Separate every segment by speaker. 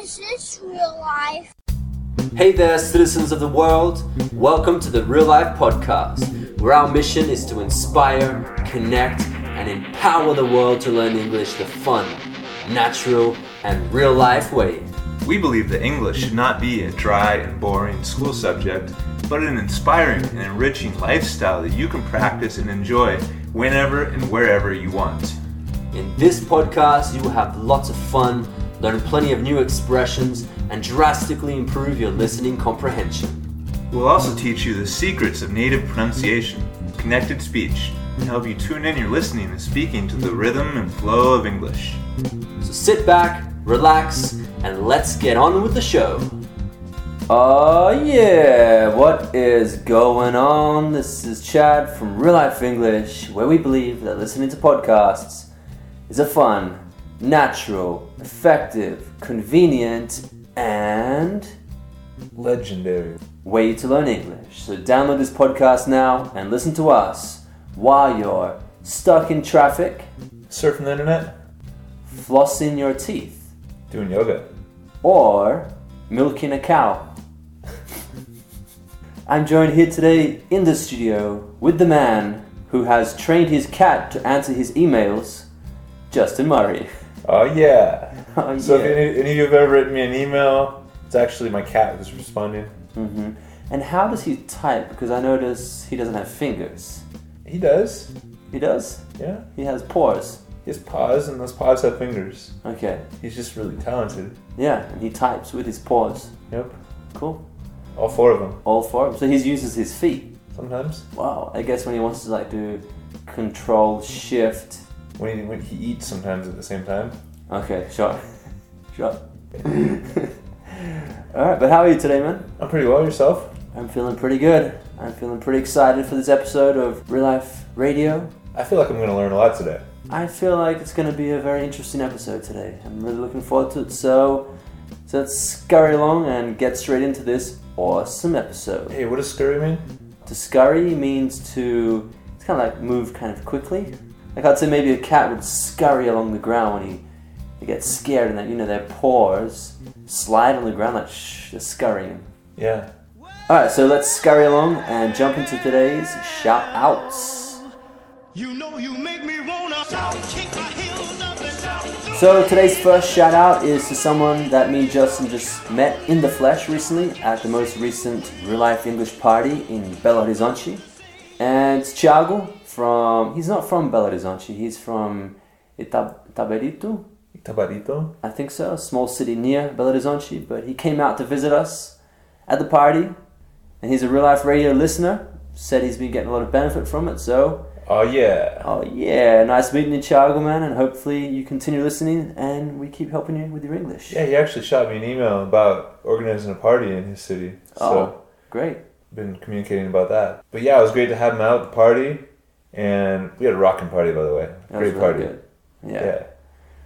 Speaker 1: Is this real life?
Speaker 2: Hey there, citizens of the world. Welcome to the Real Life Podcast, where our mission is to inspire, connect, and empower the world to learn English the fun, natural, and real life way.
Speaker 3: We believe that English should not be a dry and boring school subject, but an inspiring and enriching lifestyle that you can practice and enjoy whenever and wherever you want.
Speaker 2: In this podcast, you will have lots of fun, learn plenty of new expressions, and drastically improve your listening comprehension.
Speaker 3: We'll also teach you the secrets of native pronunciation, connected speech, and help you tune in your listening and speaking to the rhythm and flow of English.
Speaker 2: So sit back, relax, and let's get on with the show. Oh, yeah, what is going on? This is Chad from Real Life English, where we believe that listening to podcasts is a fun, natural, effective, convenient, and
Speaker 3: Legendary.
Speaker 2: way to learn English. So download this podcast now and listen to us while you're stuck in traffic,
Speaker 3: Surfing the internet,
Speaker 2: flossing your teeth,
Speaker 3: doing yoga.
Speaker 2: or milking a cow. I'm joined here today in the studio with the man who has trained his cat to answer his emails, Justin Murray.
Speaker 3: Oh, yeah.
Speaker 2: Oh,
Speaker 3: So
Speaker 2: yeah.
Speaker 3: if any, any of you have ever written me an email, it's actually my cat who's responding.
Speaker 2: Mhm. And how does he type? Because I notice he doesn't have fingers.
Speaker 3: He does.
Speaker 2: He does.
Speaker 3: Yeah.
Speaker 2: He has paws.
Speaker 3: He has paws, and those paws have fingers.
Speaker 2: Okay.
Speaker 3: He's just really talented.
Speaker 2: Yeah, and he types with his paws.
Speaker 3: Yep.
Speaker 2: Cool.
Speaker 3: All four of them.
Speaker 2: All four of 'em. So he uses his feet.
Speaker 3: Sometimes
Speaker 2: Wow. I guess when he wants to like do control shift.
Speaker 3: when he, when he eats, sometimes at the same time.
Speaker 2: Okay, sure. sure. Alright, but how are you today, man?
Speaker 3: I'm pretty well yourself.
Speaker 2: I'm feeling pretty good. I'm feeling pretty excited for this episode of Real Life Radio.
Speaker 3: I feel like I'm gonna learn a lot today.
Speaker 2: I feel like it's going to be a very interesting episode today. I'm really looking forward to it. So, so let's scurry along and get straight into this awesome episode.
Speaker 3: Hey, what does scurry mean?
Speaker 2: To scurry means to it's kind of like move kind of quickly. Like I'd say maybe a cat would scurry along the ground when he they get scared and that you know their paws slide on the ground like shh, they're scurrying.
Speaker 3: Yeah.
Speaker 2: All right, so let's scurry along and jump into today's shout outs.
Speaker 4: You know you make me wanna shout, kick my heels up and shout.
Speaker 2: So today's first shout out is to someone that me and Justin just met in the flesh recently at the most recent real life English party in Belo Horizonte. And it's Thiago from he's not from Belo Horizonte, he's from Ita- Itaberito,
Speaker 3: Tabarito.
Speaker 2: I think so, a small city near Belo Horizonte, but he came out to visit us at the party and he's a real life radio listener, said he's been getting a lot of benefit from it, so
Speaker 3: Oh yeah.
Speaker 2: Oh yeah, nice meeting you, Thiago, man, and hopefully you continue listening and we keep helping you with your English.
Speaker 3: Yeah, he actually shot me an email about organizing a party in his city. So
Speaker 2: Oh, great.
Speaker 3: been communicating about that. But yeah, it was great to have him out at the party, and we had a rocking party by the way.
Speaker 2: That was
Speaker 3: great
Speaker 2: really
Speaker 3: party.
Speaker 2: good. Yeah,
Speaker 3: Yeah.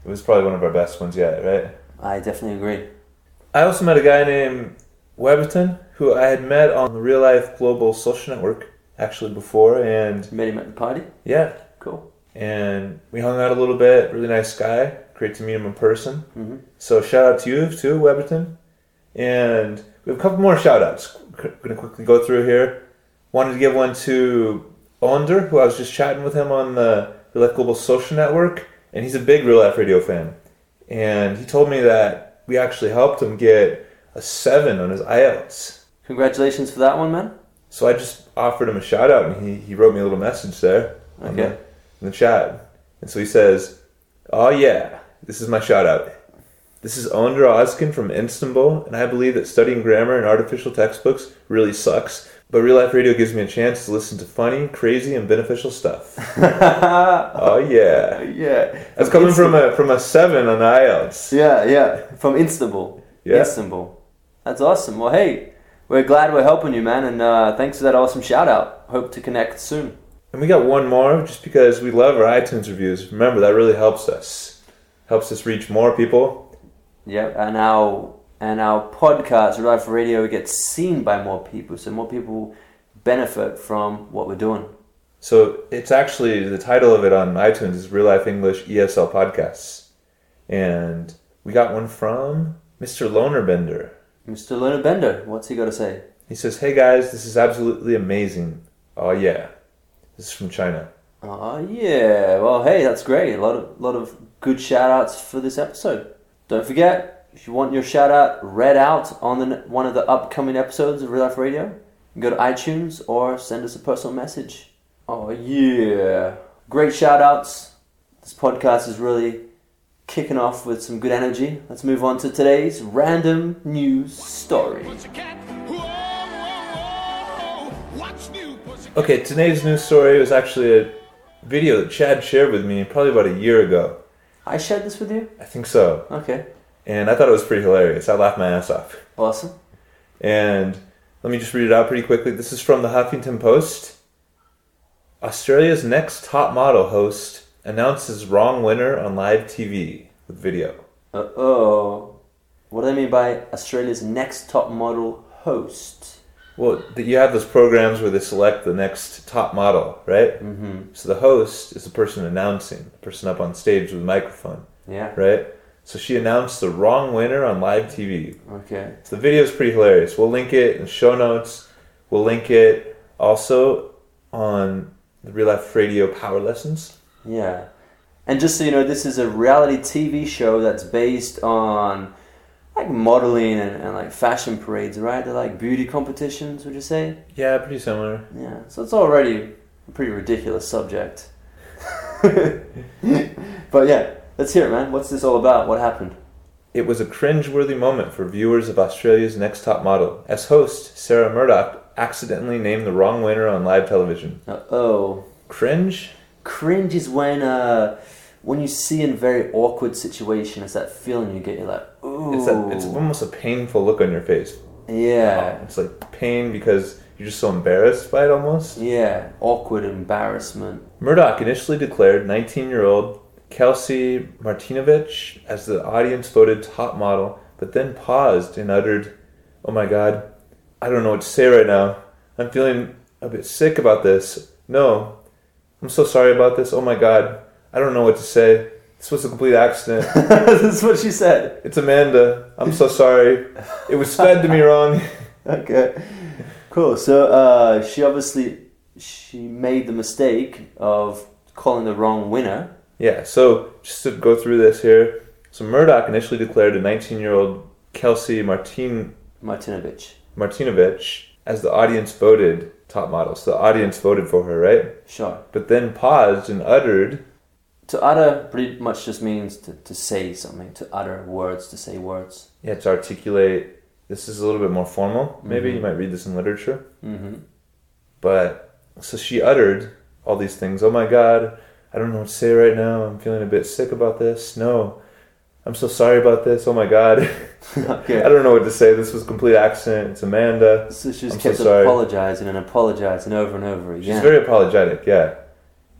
Speaker 3: It was probably one of our best ones yet, right?
Speaker 2: I definitely agree.
Speaker 3: I also met a guy named Weberton who I had met on the Real Life Global Social Network actually before, and
Speaker 2: Met him at the party.
Speaker 3: yeah,
Speaker 2: Cool.
Speaker 3: and we hung out a little bit. Really nice guy. Great to meet him in person.
Speaker 2: Mhm.
Speaker 3: So shout out to you too, Weberton. And we have a couple more shout outs. Going to quickly go through here. Wanted to give one to Onder, who I was just chatting with him on the Real Life Global Social Network, and he's a big Real Life Radio fan. And he told me that we actually helped him get a seven on his IELTS.
Speaker 2: Congratulations for that one, man.
Speaker 3: So I just offered him a shout out, and he, he wrote me a little message there on the,
Speaker 2: Okay.
Speaker 3: in the chat. And so he says, Oh, yeah, this is my shout out. This is Ondra Ozkin from Istanbul, and I believe that studying grammar in artificial textbooks really sucks, but real life radio gives me a chance to listen to funny, crazy, and beneficial stuff.
Speaker 2: yeah.
Speaker 3: oh, yeah. That's coming from a, from a seven on the IELTS.
Speaker 2: Yeah, yeah. From Istanbul.
Speaker 3: Yeah.
Speaker 2: Istanbul. That's awesome. Well, hey, we're glad we're helping you, man, and uh, thanks for that awesome shout out. Hope to connect soon.
Speaker 3: And we got one more just because we love our iTunes reviews. Remember, that really helps us. Helps us reach more people.
Speaker 2: Yep, and our and our podcast, Real Life Radio, gets seen by more people, so more people benefit from what we're doing.
Speaker 3: So it's actually the title of it on E iTunes is Real Life English ESL Podcasts. And we got one from Mr. Lonerbender.
Speaker 2: Mr. Leonard Bender, what's he got to say?
Speaker 3: He says, Hey guys, this is absolutely amazing. Oh, yeah. This is from China.
Speaker 2: Ah, yeah. Well, hey, that's great. A lot of lot of good shout outs for this episode. Don't forget, if you want your shout out read out on the, one of the upcoming episodes of Real Life Radio, go to iTunes or send us a personal message. Oh, yeah. Great shout outs. This podcast is really kicking off with some good energy. Let's move on to today's random news story.
Speaker 4: Pussycat, whoa, whoa, whoa. What's new, pussycat?
Speaker 3: Okay, today's news story was actually a video that Chad shared with me probably about a year ago.
Speaker 2: I shared this with you?
Speaker 3: I think so.
Speaker 2: Okay.
Speaker 3: And I thought it was pretty hilarious. I laughed my ass off.
Speaker 2: Awesome.
Speaker 3: And let me just read it out pretty quickly. This is from the Huffington Post. Australia's next top model host announces wrong winner on live TV with video.
Speaker 2: Uh oh. What do I mean by Australia's next top model host?
Speaker 3: Well, th- you have those programs where they select the next top model, right? Mm-hmm. So the host is the person announcing, the person up on stage with a microphone,
Speaker 2: Yeah.
Speaker 3: right? So she announced the wrong winner on live TV.
Speaker 2: Okay.
Speaker 3: So the video is pretty hilarious. We'll link it in show notes. We'll link it also on the Real Life Radio Power Lessons.
Speaker 2: Yeah. And just so you know, this is a reality TV show that's based on like modeling and, and like fashion parades, right? They're like beauty competitions, would you say?
Speaker 3: Yeah, pretty similar.
Speaker 2: Yeah. So it's already a pretty ridiculous subject. but yeah, let's hear it, man. What's this all about? What happened?
Speaker 3: It was a cringe-worthy moment for viewers of Australia's Next Top Model as host Sarah Murdoch accidentally named the wrong winner on live television.
Speaker 2: Uh oh.
Speaker 3: Cringe?
Speaker 2: cringe is when uh when you see in very awkward situation it's that feeling you get you're like ooh
Speaker 3: It's, that, it's Oh. almost a painful look on your face.
Speaker 2: yeah
Speaker 3: It's like pain because you're just so embarrassed by it almost.
Speaker 2: yeah awkward embarrassment
Speaker 3: Murdoch initially declared 19 year old Kelsey Martinovich as the audience voted top model, but then paused and uttered, Oh my god, I don't know what to say right now. I'm feeling a bit sick about this. No, I'm so sorry about this. Oh my god, I don't know what to say. This was a complete accident.
Speaker 2: that's what she said
Speaker 3: It's Amanda. I'm so sorry. It was fed to me wrong.
Speaker 2: okay cool so uh she obviously she made the mistake of calling the wrong winner
Speaker 3: Yeah, so just to go through this here. So Murdoch initially declared a 19 year old Kelsey Martin
Speaker 2: martinovich
Speaker 3: Martinovich as the audience voted top model. So the audience voted for her, right?
Speaker 2: sure
Speaker 3: But then paused and uttered,
Speaker 2: to utter pretty much just means to, to say something to utter words to say words
Speaker 3: yeah, to articulate. This is a little bit more formal. Maybe you might read this in literature.
Speaker 2: mm-hmm
Speaker 3: But so she uttered all these things. Oh my God, I don't know what to say right now. I'm feeling a bit sick about this. No, I'm so sorry about this. Oh my God.
Speaker 2: okay
Speaker 3: I don't know what to say. This was a complete accident. It's Amanda.
Speaker 2: So she just
Speaker 3: I'm so
Speaker 2: kept
Speaker 3: sorry.
Speaker 2: apologizing and apologizing over and over
Speaker 3: She's
Speaker 2: again.
Speaker 3: very apologetic, yeah.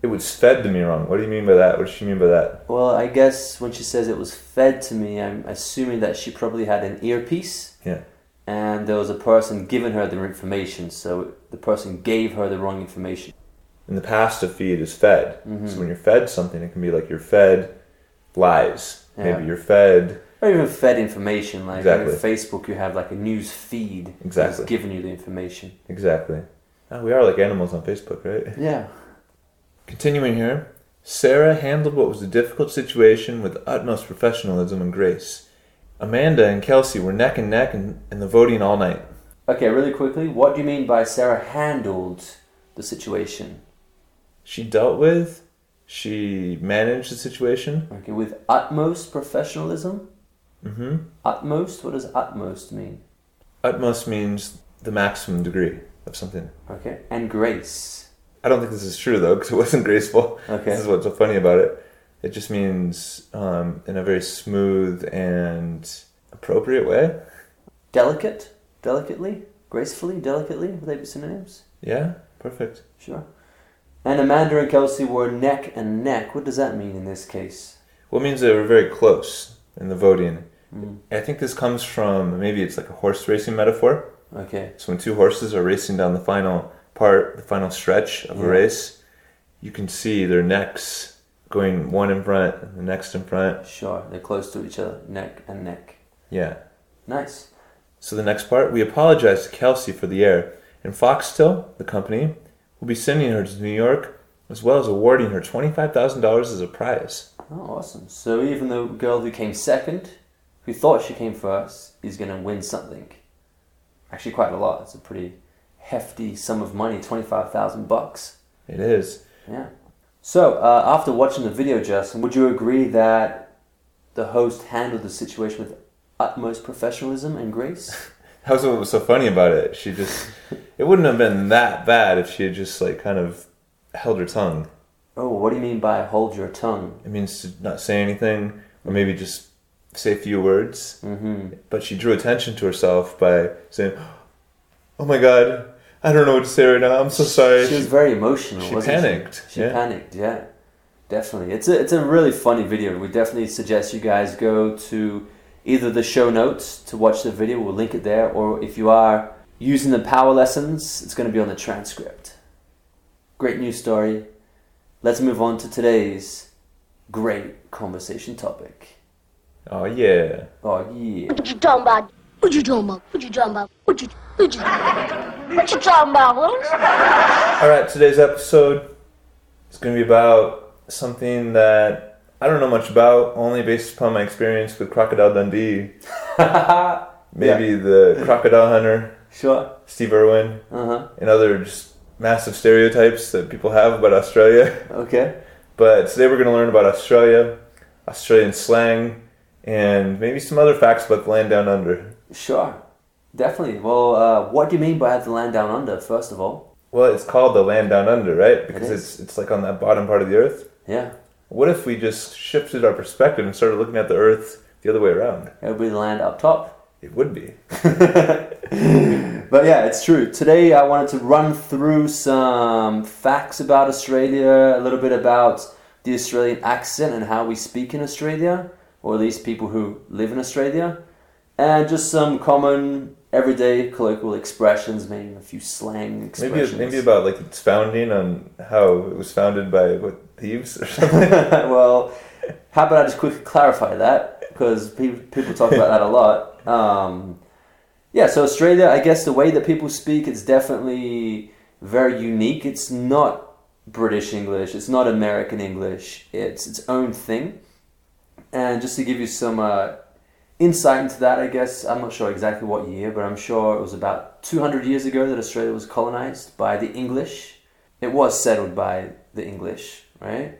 Speaker 3: It was fed to me wrong. What do you mean by that? What does she mean by that?
Speaker 2: well, I guess when she says it was fed to me, I'm assuming that she probably had an earpiece
Speaker 3: Yeah.
Speaker 2: and there was a person giving her the information, so the person gave her the wrong information.
Speaker 3: in the past a feed is fed so when you're fed something it can be like you're fed lies
Speaker 2: Yeah.
Speaker 3: maybe you're fed
Speaker 2: Or even fed information, like
Speaker 3: Exactly.
Speaker 2: on Facebook, you have like a news feed that's
Speaker 3: Exactly.
Speaker 2: giving you the information.
Speaker 3: exactly Ah, we are like animals on facebook right
Speaker 2: Yeah.
Speaker 3: continuing here sarah handled what was a difficult situation with utmost professionalism and grace amanda and kelsey were neck and neck in, in the voting all night
Speaker 2: Okay, really quickly, what do you mean by Sarah handled the situation?
Speaker 3: she dealt with she managed the situation
Speaker 2: Okay, with utmost professionalism?
Speaker 3: hmm
Speaker 2: Utmost? What does utmost mean?
Speaker 3: utmost means the maximum degree of something
Speaker 2: Okay, and grace.
Speaker 3: I don't think this is true though, because it wasn't graceful.
Speaker 2: Okay.
Speaker 3: This is what's so funny about it. It just means um, in a very smooth and appropriate way.
Speaker 2: Delicate, delicately, gracefully, delicately. Would they be synonyms?
Speaker 3: Yeah, perfect.
Speaker 2: Sure. And Amanda and Kelsey were neck and neck. What does that mean in this case?
Speaker 3: Well, it means they were very close in the voting.
Speaker 2: Mm.
Speaker 3: I think this comes from maybe it's like a horse racing metaphor.
Speaker 2: Okay.
Speaker 3: So when two horses are racing down the final part, the final stretch of a
Speaker 2: Yeah.
Speaker 3: race, you can see their necks going one in front, and the next in front.
Speaker 2: Sure. They're close to each other, neck and neck.
Speaker 3: Yeah.
Speaker 2: Nice.
Speaker 3: So the next part, we apologize to Kelsey for the error, and Foxtel, the company, will be sending her to New York as well as awarding her $25,000 as a prize.
Speaker 2: Oh, awesome. So even the girl who came second, who thought she came first, is going to win something. Actually, quite a lot. It's a pretty hefty sum of money, 25,000 bucks.
Speaker 3: It is.
Speaker 2: Yeah. So, uh, after watching the video, Justin, would you agree that the host handled the situation with utmost professionalism and grace?
Speaker 3: That was what was so funny about it. She just, it wouldn't have been that bad if she had just like kind of held her tongue.
Speaker 2: oh, what do you mean by hold your tongue?
Speaker 3: It means to not say anything or maybe just say a few words. Mm-hmm. But she drew attention to herself by saying, Oh my God, I don't know what to say right now. I'm so sorry.
Speaker 2: She was very emotional.
Speaker 3: she
Speaker 2: wasn't
Speaker 3: panicked,
Speaker 2: She,
Speaker 3: yeah.
Speaker 2: panicked. Yeah, definitely. It's a it's a really funny video. We definitely suggest you guys go to either the show notes to watch the video. We'll link it there, or if you are using the power lessons, it's going to be on the transcript. Great news story. Let's move on to today's great conversation topic.
Speaker 3: oh, yeah.
Speaker 2: Oh yeah.
Speaker 1: What you talking about? What you talking about? What you talking about? What you what you, what you talking about, Willis?
Speaker 3: All right, today's episode is going to be about something that I don't know much about, only based upon my experience with Crocodile Dundee. Maybe the crocodile hunter,
Speaker 2: Sure.
Speaker 3: Steve Irwin,
Speaker 2: Uh huh.
Speaker 3: and other just massive stereotypes that people have about Australia.
Speaker 2: Okay.
Speaker 3: But today we're going to learn about Australia, Australian slang, and maybe some other facts about the land down under.
Speaker 2: Sure. Definitely. Well, uh, what do you mean by the land down under? First of all.
Speaker 3: Well, it's called the land down under, right? Because
Speaker 2: is.
Speaker 3: it's it's like on that bottom part of the earth.
Speaker 2: Yeah.
Speaker 3: What if we just shifted our perspective and started looking at the Earth the other way around?
Speaker 2: It would be the land up top.
Speaker 3: It would be.
Speaker 2: But yeah, it's true. Today I wanted to run through some facts about Australia, a little bit about the Australian accent and how we speak in Australia, or at least people who live in Australia, and just some common everyday colloquial expressions, maybe a few slang
Speaker 3: Maybe
Speaker 2: expressions.
Speaker 3: maybe about like its founding on how it was founded by what thieves or something.
Speaker 2: well, how about I just quickly clarify that because people, people talk about that a lot. Um, yeah, so Australia, I guess the way that people speak, it's definitely very unique. It's not British English. It's not American English. It's its own thing. And just to give you some uh, insight into that, I guess I'm not sure exactly what year, but I'm sure it was about 200 years ago that Australia was colonized by the English. It was settled by the English, right?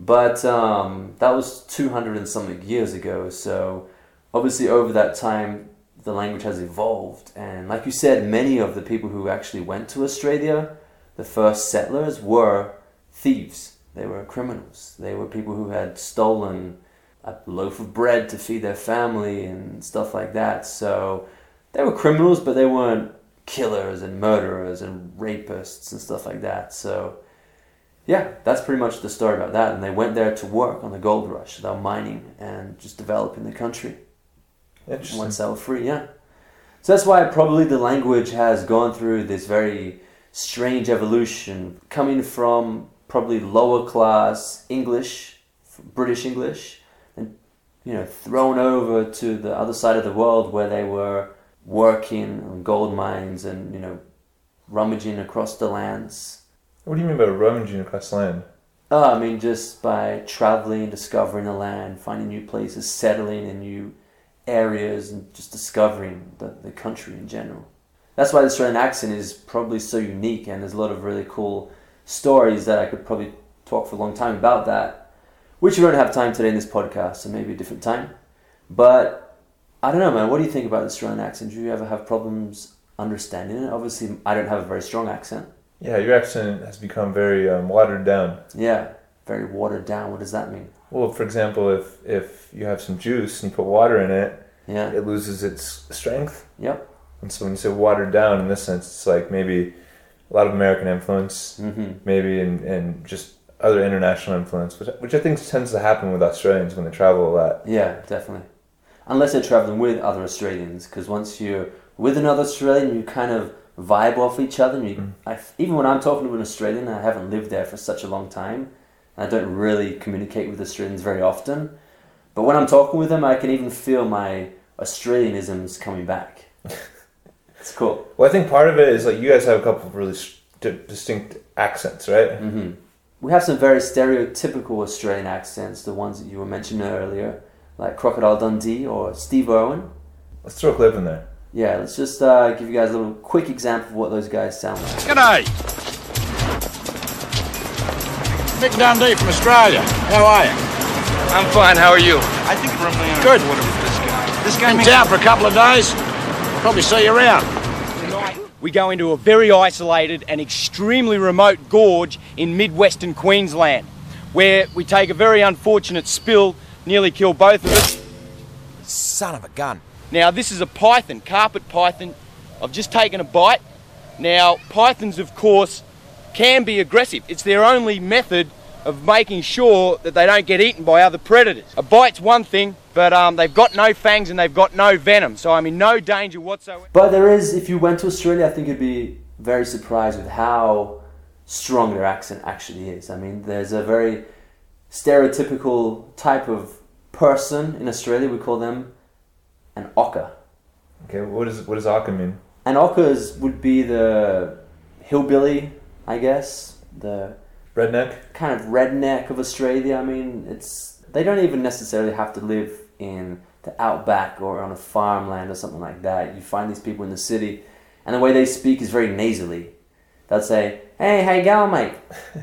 Speaker 2: But um, that was 200 and something years ago. So obviously, over that time, the language has evolved. And like you said, many of the people who actually went to Australia, the first settlers, were thieves. They were criminals. They were people who had stolen a loaf of bread to feed their family and stuff like that. So they were criminals, but they weren't killers and murderers and rapists and stuff like that. So yeah, that's pretty much the story about that. And they went there to work on the gold rush. They were mining and just developing the country
Speaker 3: Interesting.
Speaker 2: one cell free, yeah. So that's why probably the language has gone through this very strange evolution, coming from probably lower class English, British English, and you know thrown over to the other side of the world where they were working on gold mines and you know rummaging across the lands.
Speaker 3: What do you mean by rummaging across the land?
Speaker 2: Oh, I mean, just by traveling, discovering the land, finding new places, settling in new areas, and just discovering the, the country in general. That's why the Australian accent is probably so unique, and there's a lot of really cool stories that I could probably talk for a long time about that, which we don't have time today in this podcast, so maybe a different time. But I don't know, man, what do you think about the Australian accent? Do you ever have problems understanding it? Obviously, I don't have a very strong accent.
Speaker 3: Yeah, your accent has become very um, watered down.
Speaker 2: Yeah, very watered down. What does that mean?
Speaker 3: Well, for example, if if you have some juice and you put water in it,
Speaker 2: Yeah.
Speaker 3: it loses its strength.
Speaker 2: Yep.
Speaker 3: And so when you say watered down in this sense, it's like maybe a lot of American influence, maybe, and, and just other international influence, which, which I think tends to happen with Australians when they travel a lot.
Speaker 2: Yeah, definitely. Unless you're traveling with other Australians, because once you're with another Australian, you kind of vibe off each other. And you, I, even when I'm talking to an Australian, I haven't lived there for such a long time. I don't really communicate with Australians very often. But when I'm talking with them, I can even feel my Australianism's coming back. it's cool.
Speaker 3: Well, I think part of it is like you guys have a couple of really st- distinct accents, right?
Speaker 2: We have some very stereotypical Australian accents, the ones that you were mentioning earlier, like Crocodile Dundee or Steve Irwin.
Speaker 3: Let's throw a clip in there.
Speaker 2: Yeah, let's just uh, give you guys a little quick example of what those guys sound like.
Speaker 5: G'day. Mick Dundee from Australia. How are you?
Speaker 6: I'm fine. How are you?
Speaker 7: I think we're only on
Speaker 5: Good.
Speaker 7: a quarter with this guy. This guy
Speaker 5: In
Speaker 7: makes
Speaker 5: town for a couple of days. Probably see you around.
Speaker 8: We go into a very isolated and extremely remote gorge in midwestern Queensland, where we take a very unfortunate spill, nearly kill both of us.
Speaker 5: Son of a gun.
Speaker 8: Now, this is a python, carpet python. I've just taken a bite. Now, pythons, of course, can be aggressive. It's their only method of making sure that they don't get eaten by other predators. A bite's one thing, but um, they've got no fangs and they've got no venom, so I'm in no danger whatsoever.
Speaker 2: But there is, if you went to Australia, I think you'd be very surprised with how strong their accent actually is. I mean, there's a very stereotypical type of person in Australia. We call them an ocker.
Speaker 3: Okay, what is what does Aka mean?
Speaker 2: An ockers would be the hillbilly, I guess, the
Speaker 3: Redneck?
Speaker 2: kind of redneck of Australia. I mean, it's they don't even necessarily have to live in the outback or on a farmland or something like that. You find these people in the city, and the way they speak is very nasally. They'll say, "Hey, how you going, mate?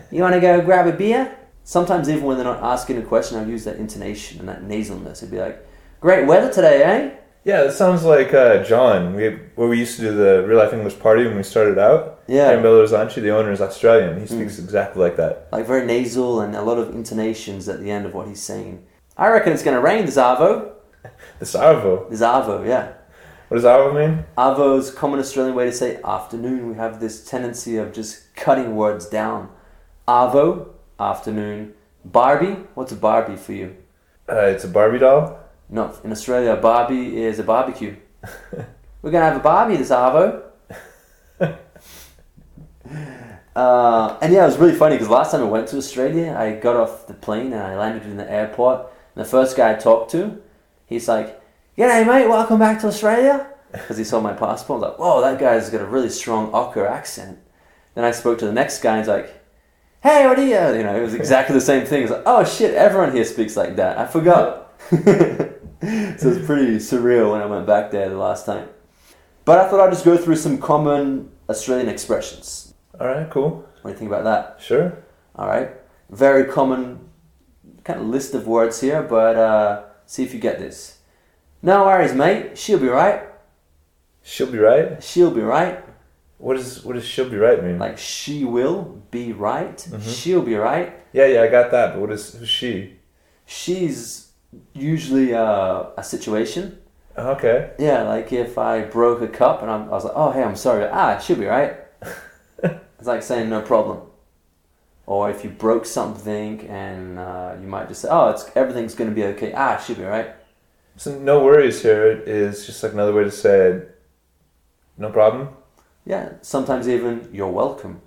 Speaker 2: You want to go grab a beer?" Sometimes, even when they're not asking a question, I'll use that intonation and that nasalness. It'd be like, "Great weather today, eh?"
Speaker 3: Yeah, that sounds like uh, John. We where we used to do the real life English party when we started out.
Speaker 2: Yeah.
Speaker 3: Aaron Belozanchi, the owner, is Australian. He speaks exactly like that.
Speaker 2: Like very nasal and a lot of intonations at the end of what he's saying. I reckon it's gonna rain, this Arvo.
Speaker 3: The Sarvo.
Speaker 2: This Arvo, yeah.
Speaker 3: What does Arvo mean?
Speaker 2: Avo's common Australian way to say afternoon. We have this tendency of just cutting words down. Avo, afternoon. Barbie, what's a Barbie for you?
Speaker 3: Uh, it's a Barbie doll.
Speaker 2: No, in Australia, a Barbie is a barbecue. We're gonna have a Barbie this Avo. uh, and yeah, it was really funny because last time I went to Australia, I got off the plane and I landed in the airport. And the first guy I talked to, he's like, "G'day, mate. Welcome back to Australia." Because he saw my passport, I was like, "Whoa, that guy's got a really strong Ocker accent." Then I spoke to the next guy, and he's like, "Hey, what are you?" You know, it was exactly the same thing. It's like, "Oh shit, everyone here speaks like that. I forgot." so it's pretty surreal when I went back there the last time. But I thought I'd just go through some common Australian expressions.
Speaker 3: All right, cool.
Speaker 2: What do you think about that?
Speaker 3: Sure.
Speaker 2: All right, very common kind of list of words here, but uh, see if you get this. No worries, mate. She'll be right.
Speaker 3: She'll be right.
Speaker 2: She'll be right.
Speaker 3: What is what does she'll be right mean?
Speaker 2: Like she will be right. She'll be right.
Speaker 3: yeah, yeah, I got that. But what is who's she?
Speaker 2: She's usually uh, a situation.
Speaker 3: Oh, Okay.
Speaker 2: Yeah, like if I broke a cup and I'm, I was like, oh, hey, I'm sorry. Ah, it should be right. it's like saying no problem. Or if you broke something and uh, you might just say, oh, it's everything's going to be okay. Ah, it should be right.
Speaker 3: So no worries here is just like another way to say no problem.
Speaker 2: Yeah, sometimes even you're welcome.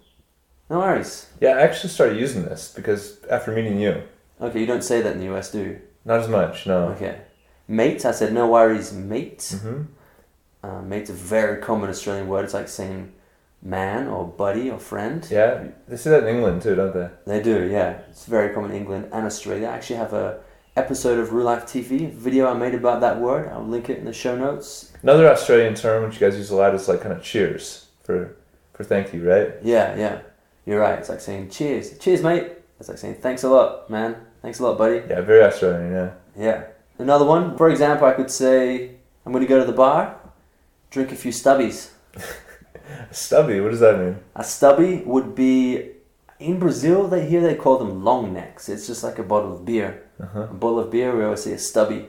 Speaker 2: No worries.
Speaker 3: Yeah, I actually started using this because after meeting you,
Speaker 2: Okay, you don't say that in the US, do you?
Speaker 3: not as much. No.
Speaker 2: Okay. Mate, I said no worries, mate. Uh, mate's a very common Australian word. It's like saying man or buddy or friend.
Speaker 3: Yeah, they say that in England too, don't they?
Speaker 2: They do, yeah. It's very common in England and Australia. I actually have a episode of Real Life TV video I made about that word. I'll link it in the show notes.
Speaker 3: Another Australian term which you guys use a lot is like kind of cheers for for thank you, right?
Speaker 2: Yeah, yeah. You're right. It's like saying cheers. Cheers, mate. It's like saying thanks a lot, man. Thanks a lot, buddy.
Speaker 3: Yeah, very Australian. Yeah.
Speaker 2: Yeah. Another one. For example, I could say I'm going to go to the bar, drink a few stubbies.
Speaker 3: Stubby, what does that mean?
Speaker 2: A stubby would be in Brazil. They here they call them long necks. It's just like a bottle of beer. A bottle of beer, we always say a stubby.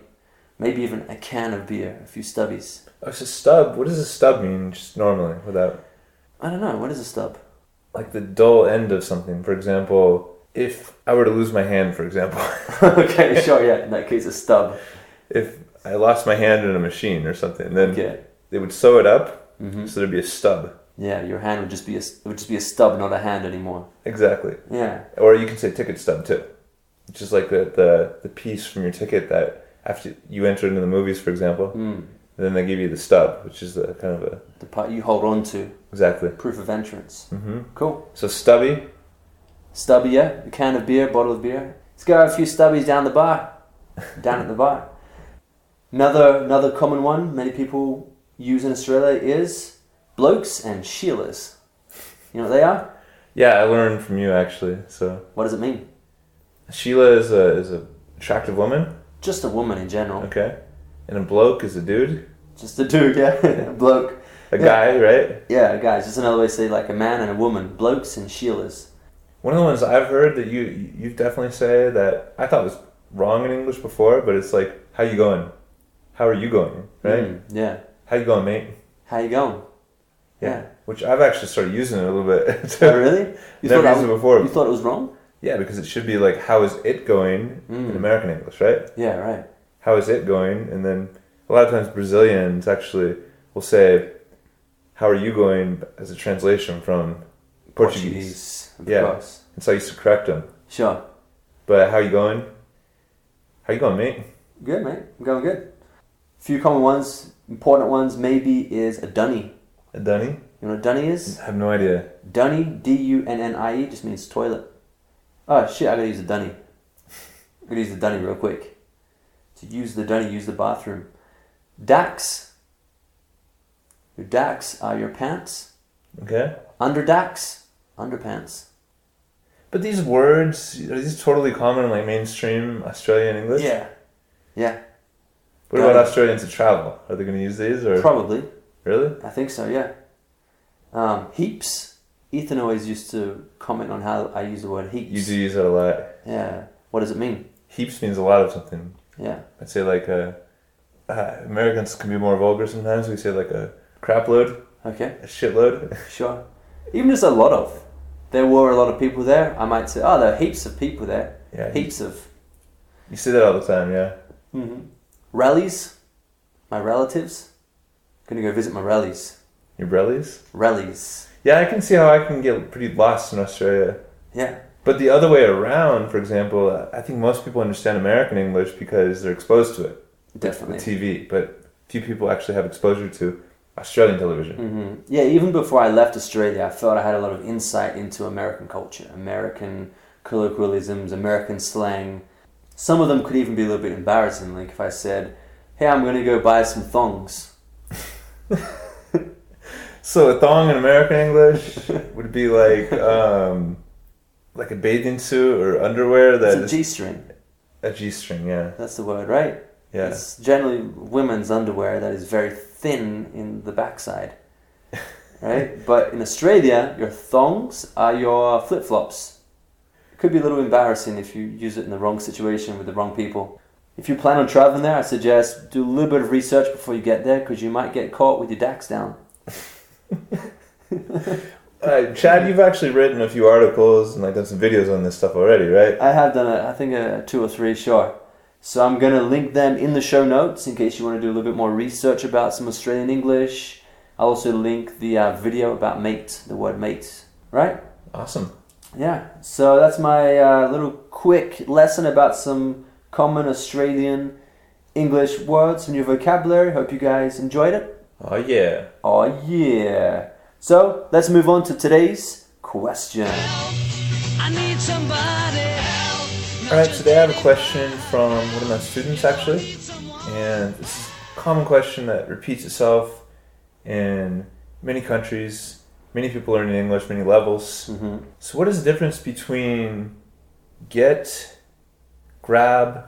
Speaker 2: Maybe even a can of beer, a few stubbies.
Speaker 3: Oh, so stub. What does a stub mean just normally without
Speaker 2: I don't know. What is a stub?
Speaker 3: like the dull end of something? For example, if I were to lose my hand, for example,
Speaker 2: okay, sure. Yeah, in that case, a stub.
Speaker 3: if I lost my hand in a machine or something, then
Speaker 2: Okay.
Speaker 3: they would sew it up
Speaker 2: Mm-hmm.
Speaker 3: so there'd be a stub.
Speaker 2: Yeah, your hand would just be a it would just be a stub, not a hand anymore.
Speaker 3: Exactly.
Speaker 2: Yeah.
Speaker 3: Or you can say ticket stub too. It's just like the, the, the piece from your ticket that after you enter into the movies, for example,
Speaker 2: Mm.
Speaker 3: and then they give you the stub, which is the kind of a
Speaker 2: The part you hold on to.
Speaker 3: exactly.
Speaker 2: Proof of entrance. Mm-hmm. Cool.
Speaker 3: So stubby,
Speaker 2: Stubby, yeah. A can of beer, bottle of beer. Let's go have a few stubbies down the bar. down at the bar. Another another common one many people use in Australia is blokes and sheilas. You know what they are?
Speaker 3: yeah, I learned from you actually. So
Speaker 2: What does it mean?
Speaker 3: Sheila is a is a attractive woman,
Speaker 2: Just a woman in general.
Speaker 3: okay, and a bloke is a dude,
Speaker 2: Just a dude, yeah. a bloke.
Speaker 3: a
Speaker 2: Yeah.
Speaker 3: guy, right?
Speaker 2: Yeah, guys. Just another way to say like a man and a woman. Blokes and sheilas.
Speaker 3: One of the ones I've heard that you you definitely say that I thought was wrong in English before, but it's like how you going, how are you going, right?
Speaker 2: Mm, yeah.
Speaker 3: How you going, mate?
Speaker 2: How you going? Yeah.
Speaker 3: Which I've actually started using it a little bit. too.
Speaker 2: Oh, really? You
Speaker 3: Never
Speaker 2: thought I
Speaker 3: used it
Speaker 2: was-
Speaker 3: before.
Speaker 2: You thought it was wrong?
Speaker 3: Yeah, because it should be like, how is it going
Speaker 2: Hmm.
Speaker 3: in American English, right?
Speaker 2: Yeah, right.
Speaker 3: How is it going? And then a lot of times Brazilians actually will say, how are you going as a translation from Portuguese.
Speaker 2: Portuguese, of
Speaker 3: yeah.
Speaker 2: course.
Speaker 3: And so I used to correct them.
Speaker 2: Sure.
Speaker 3: But how you going? How you going, mate?
Speaker 2: Good, mate. I'm going good. few common ones, important ones maybe is a dunny.
Speaker 3: A dunny?
Speaker 2: You know what dunny is?
Speaker 3: I have no idea.
Speaker 2: Dunny, D U N N I E, just means toilet. Oh shit, I gotta use a dunny. I gotta use the dunny real quick. To use the dunny, use the bathroom. Dacks. Your dacks are your pants.
Speaker 3: Okay.
Speaker 2: Under dacks, underpants.
Speaker 3: But these words, are these totally common in like mainstream Australian English?
Speaker 2: Yeah,
Speaker 3: What about Australians that travel? Are they going to use these or?
Speaker 2: probably.
Speaker 3: Really?
Speaker 2: I think so, yeah. Um, heaps. Ethan always used to comment on how I use the word heaps.
Speaker 3: You do use that a lot.
Speaker 2: Yeah. What does it mean?
Speaker 3: Heaps means a lot of something.
Speaker 2: Yeah.
Speaker 3: I'd say like uh uh, Americans can be more vulgar sometimes. We say like a crap load,
Speaker 2: Okay.
Speaker 3: a shitload.
Speaker 2: Sure. Even just a lot of. There were a lot of people there. I might say, oh, there are heaps of people there.
Speaker 3: Yeah.
Speaker 2: Heaps of
Speaker 3: You see that all the time, yeah.
Speaker 2: rallies. My relatives. Gonna go visit my rallies.
Speaker 3: Your brellies?
Speaker 2: Rallies.
Speaker 3: Yeah, I can see how I can get pretty lost in Australia.
Speaker 2: Yeah.
Speaker 3: But the other way around, for example, uh, I think most people understand American English because they're exposed to it,
Speaker 2: Definitely.
Speaker 3: with TV. But few people actually have exposure to Australian television.
Speaker 2: Mm-hmm. Yeah, even before I left Australia, I felt I had a lot of insight into American culture, American colloquialisms, American slang. Some of them could even be a little bit embarrassing. Like if I said, "Hey, I'm going to go buy some thongs,"
Speaker 3: So a thong in American English would be like um, like a bathing suit or underwear that
Speaker 2: it's a
Speaker 3: is
Speaker 2: g-string.
Speaker 3: a g-string. Yeah,
Speaker 2: That's the word, right?
Speaker 3: yeah.
Speaker 2: It's generally women's underwear that is very thin in the backside, right? but in Australia, your thongs are your flip-flops. It could be a little embarrassing if you use it in the wrong situation with the wrong people. If you plan on traveling there, I suggest do a little bit of research before you get there because you might get caught with your dacks down.
Speaker 3: Uh, Chad, you've actually written a few articles and like done some videos on this stuff already, right?
Speaker 2: I have done, a, I think, a two or three, sure. So I'm going to link them in the show notes in case you want to do a little bit more research about some Australian English. I'll also link the uh, video about mate, the word mate, right?
Speaker 3: Awesome.
Speaker 2: Yeah. So that's my uh, little quick lesson about some common Australian English words and your vocabulary. Hope you guys enjoyed it.
Speaker 3: Oh yeah.
Speaker 2: Oh, yeah. So let's move on to today's question.
Speaker 3: All right. Today I have a question from one of my students actually, and this is a common question that repeats itself in many countries. Many people learning English, many levels. So, what is the difference between get, grab,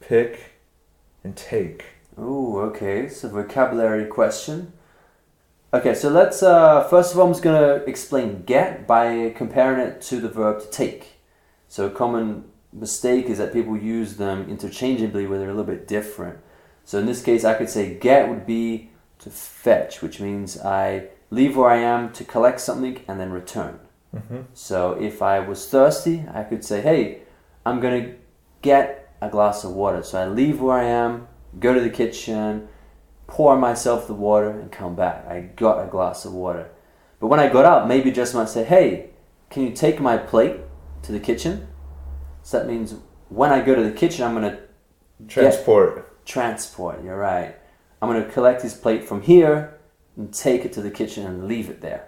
Speaker 3: pick, and take?
Speaker 2: Ooh, okay. So vocabulary question. Okay, so let's uh, first of all, I'm just gonna explain get by comparing it to the verb to take. So a common mistake is that people use them interchangeably where they're a little bit different. So in this case, I could say get would be to fetch, which means I leave where I am to collect something and then return. So if I was thirsty, I could say, hey, I'm going to get a glass of water. So I leave where I am, go to the kitchen, pour myself the water, and come back. I got a glass of water. But when I got up, maybe just might say, hey, can you take my plate to the kitchen? So that means when I go to the kitchen, I'm going to
Speaker 3: Transport.
Speaker 2: Transport, you're right. I'm going to collect his plate from here and take it to the kitchen and leave it there.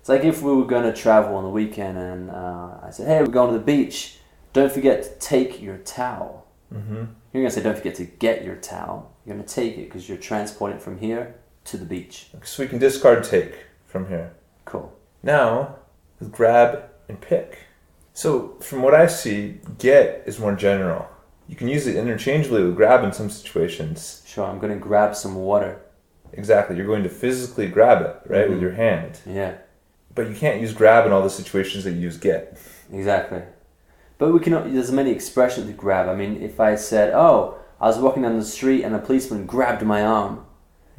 Speaker 2: It's like if we were going to travel on the weekend and uh, I said, hey, we're going to the beach. Don't forget to take your towel. Mm-hmm. You're going to say, don't forget to get your towel. You're going to take it because you're transporting it from here to the beach.
Speaker 3: So we can discard take from here.
Speaker 2: Cool.
Speaker 3: Now, grab and pick. So, from what I see, get is more general. You can use it interchangeably with grab in some situations.
Speaker 2: Sure, I'm going to grab some water.
Speaker 3: Exactly, you're going to physically grab it, right, with your hand.
Speaker 2: Yeah,
Speaker 3: But you can't use grab in all the situations that you use get.
Speaker 2: exactly. But we can, there's many expressions to grab. I mean, if I said, oh, I was walking down the street and a policeman grabbed my arm,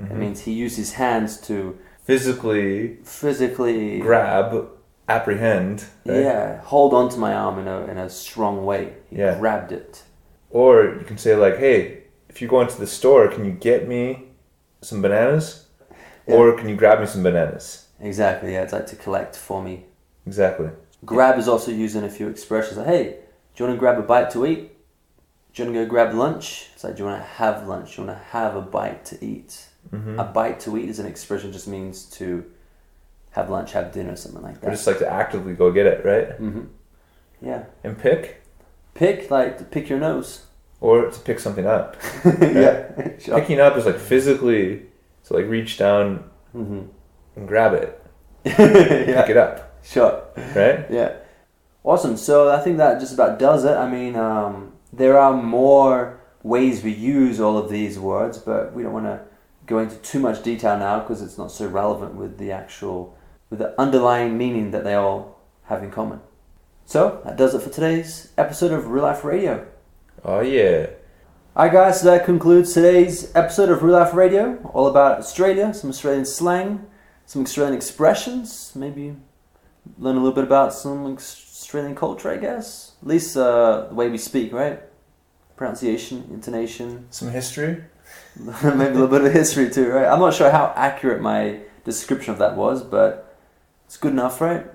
Speaker 3: Mm-hmm.
Speaker 2: it means he used his hands to
Speaker 3: Physically
Speaker 2: physically
Speaker 3: grab, apprehend, right?
Speaker 2: yeah hold onto my arm in a in a strong way he
Speaker 3: Yeah.
Speaker 2: grabbed it
Speaker 3: Or you can say like, "Hey, if you go into the store, can you get me some bananas?" Or can you grab me some bananas?
Speaker 2: exactly yeah it's like to collect for me
Speaker 3: Exactly.
Speaker 2: grab is also used in a few expressions like hey do you want to grab a bite to eat do you want to go grab lunch it's like do you want to have lunch do you want to have a bite to eat a bite to eat is an expression just means to have lunch have dinner something like
Speaker 3: I
Speaker 2: that
Speaker 3: just like to actively go get it, right?
Speaker 2: yeah
Speaker 3: And pick
Speaker 2: pick like to pick your nose
Speaker 3: or to pick something up.
Speaker 2: yeah sure.
Speaker 3: Picking up is like physically, so like reach down
Speaker 2: Mm-hmm.
Speaker 3: and grab it,
Speaker 2: yeah
Speaker 3: pick it up,
Speaker 2: sure
Speaker 3: right?
Speaker 2: Yeah. Awesome. So I think that just about does it. I mean, um, there are more ways we use all of these words, but we don't want to go into too much detail now because it's not so relevant with the actual, with the underlying meaning that they all have in common. So that does it for today's episode of Real Life Radio.
Speaker 3: Oh yeah.
Speaker 2: Alright guys, so that concludes today's episode of Real Life Radio, all about Australia, some Australian slang, some Australian expressions, maybe learn a little bit about some Australian culture, I guess. At least uh, the way we speak, right? Pronunciation, intonation,
Speaker 3: Some history.
Speaker 2: maybe a little bit of history too, right? I'm not sure how accurate my description of that was, but it's good enough, right?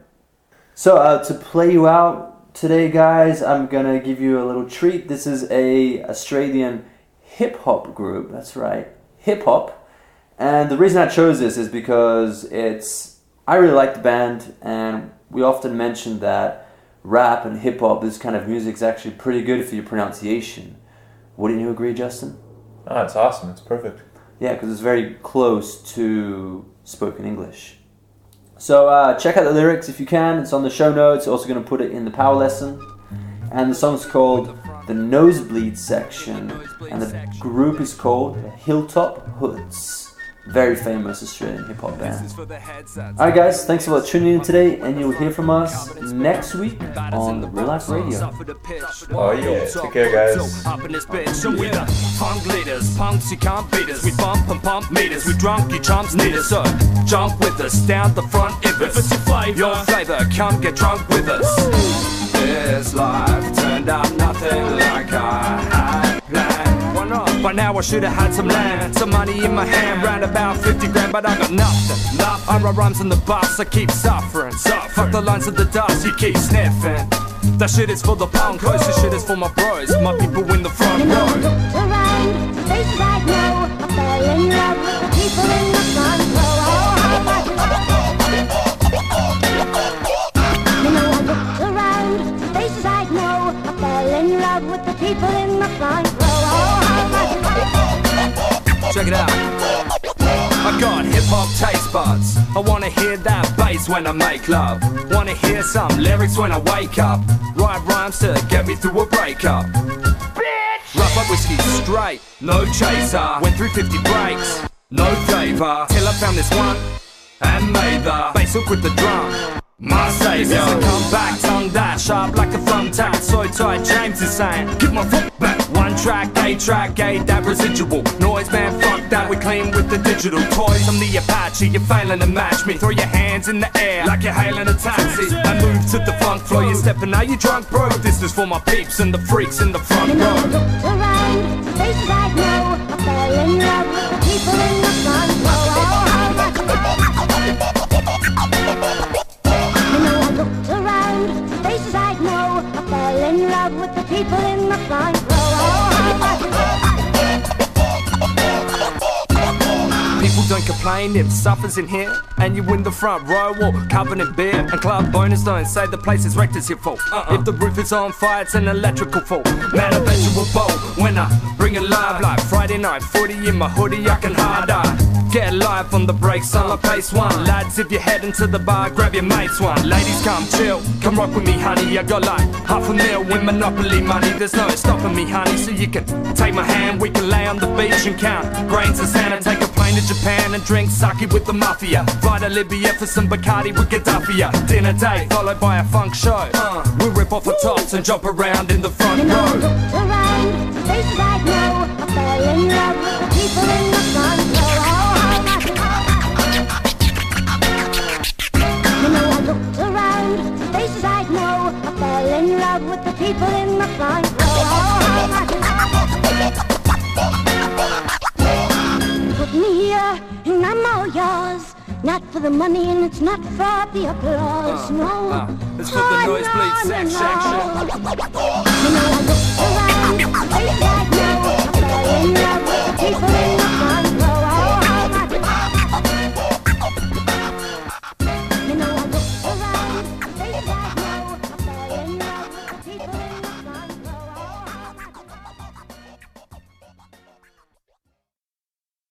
Speaker 2: So uh, to play you out today, guys, I'm gonna give you a little treat. This is a Australian hip hop group. That's right, hip hop. And the reason I chose this is because it's I really like the band, and we often mention that rap and hip hop, this kind of music, is actually pretty good for your pronunciation. Wouldn't you agree, Justin?
Speaker 3: Oh, it's awesome. It's perfect.
Speaker 2: Yeah, because it's very close to spoken English. So uh, check out the lyrics if you can. It's on the show notes. Also going to put it in the power lesson. And the song's called The Nosebleed Section. And the group is called the Hilltop Hoods. Very famous Australian hip hop band. Alright, guys, thanks for tuning in today. And you'll hear from us next week on Real Life
Speaker 9: Mm.
Speaker 2: Radio.
Speaker 3: Oh yeah. Take care, guys.
Speaker 9: Up in this bitch, so we the punk leaders, punks you can't beat us. We bump and pump meters, we drunk you chumps need us. So jump with us down the front if it's, your flavor. Your flavor, come get drunk with us. This life turned out nothing like I had planned. Why not? By now I should have had some land, some money in my hand, round about 50 grand, but I got nothing. Nothing. I write rhymes on the bus, I keep suffering. Suffering. Fuck the lines of the dust, you keep sniffing. That shit is for the punk, hoes, this shit is for my bros, my people in the front row.
Speaker 1: People in the front row. Oh, how much
Speaker 9: Check it out. I got hip hop taste buds. I wanna hear that bass when I make love. Wanna hear some lyrics when I wake up. Write rhymes to get me through a breakup. Rough up whiskey straight, no chaser. Went through 50 breaks, no flavor. Till I found this one and made the bass hook with the drum. My savior. This is a comeback, tongue that sharp like a thumbtack. So tight, James is saying, give my foot back. One track, a track, a that residual noise, man. Fuck that, we clean with the digital toys. I'm the Apache, you're failing to match me. Throw your hands in the air like you're hailing a taxi. I move to the funk floor, you're stepping out, you drunk, bro. This is for my peeps and the freaks in the front row.
Speaker 1: People in the front row.
Speaker 9: don't complain, it suffers in here. And you in the front row, all covered in beer. And club bonus don't say the place is wrecked, it's your fault. If the roof is on fire, it's an electrical fault. Man, I bet you a bowl when I bring it live. Like Friday night, 40 in my hoodie, I can hard eye. Get live on the breaks, on the pace one. Lads, if you're heading to the bar, grab your mates one. Ladies, come chill, come rock with me, honey. I got like half a mil with Monopoly money. There's no stopping me, honey. So you can take my hand, we can lay on the beach and count grains of sand and take a plane to Japan and drink sake with the mafia. Fly to Libya for some Bacardi with Gaddafi. Dinner date followed by a funk show. we rip off the tops and jump around in the front
Speaker 10: You know, I
Speaker 9: row.
Speaker 10: look around, the faces I know, I fell in love with the people in the front row. Oh, how I do- You know, I looked around, the faces I know, I fell in love with the people in the front row. Oh, how I do- Put me here, and I'm all yours. Not for the money, and it's not for the
Speaker 9: Ah,
Speaker 10: applause. no,
Speaker 9: it's for the
Speaker 10: Oh,
Speaker 9: noise,
Speaker 10: no,
Speaker 9: please,
Speaker 10: no,
Speaker 9: sex, sex,
Speaker 10: no. You know, I looked around, the faces I know. Oh, Oh,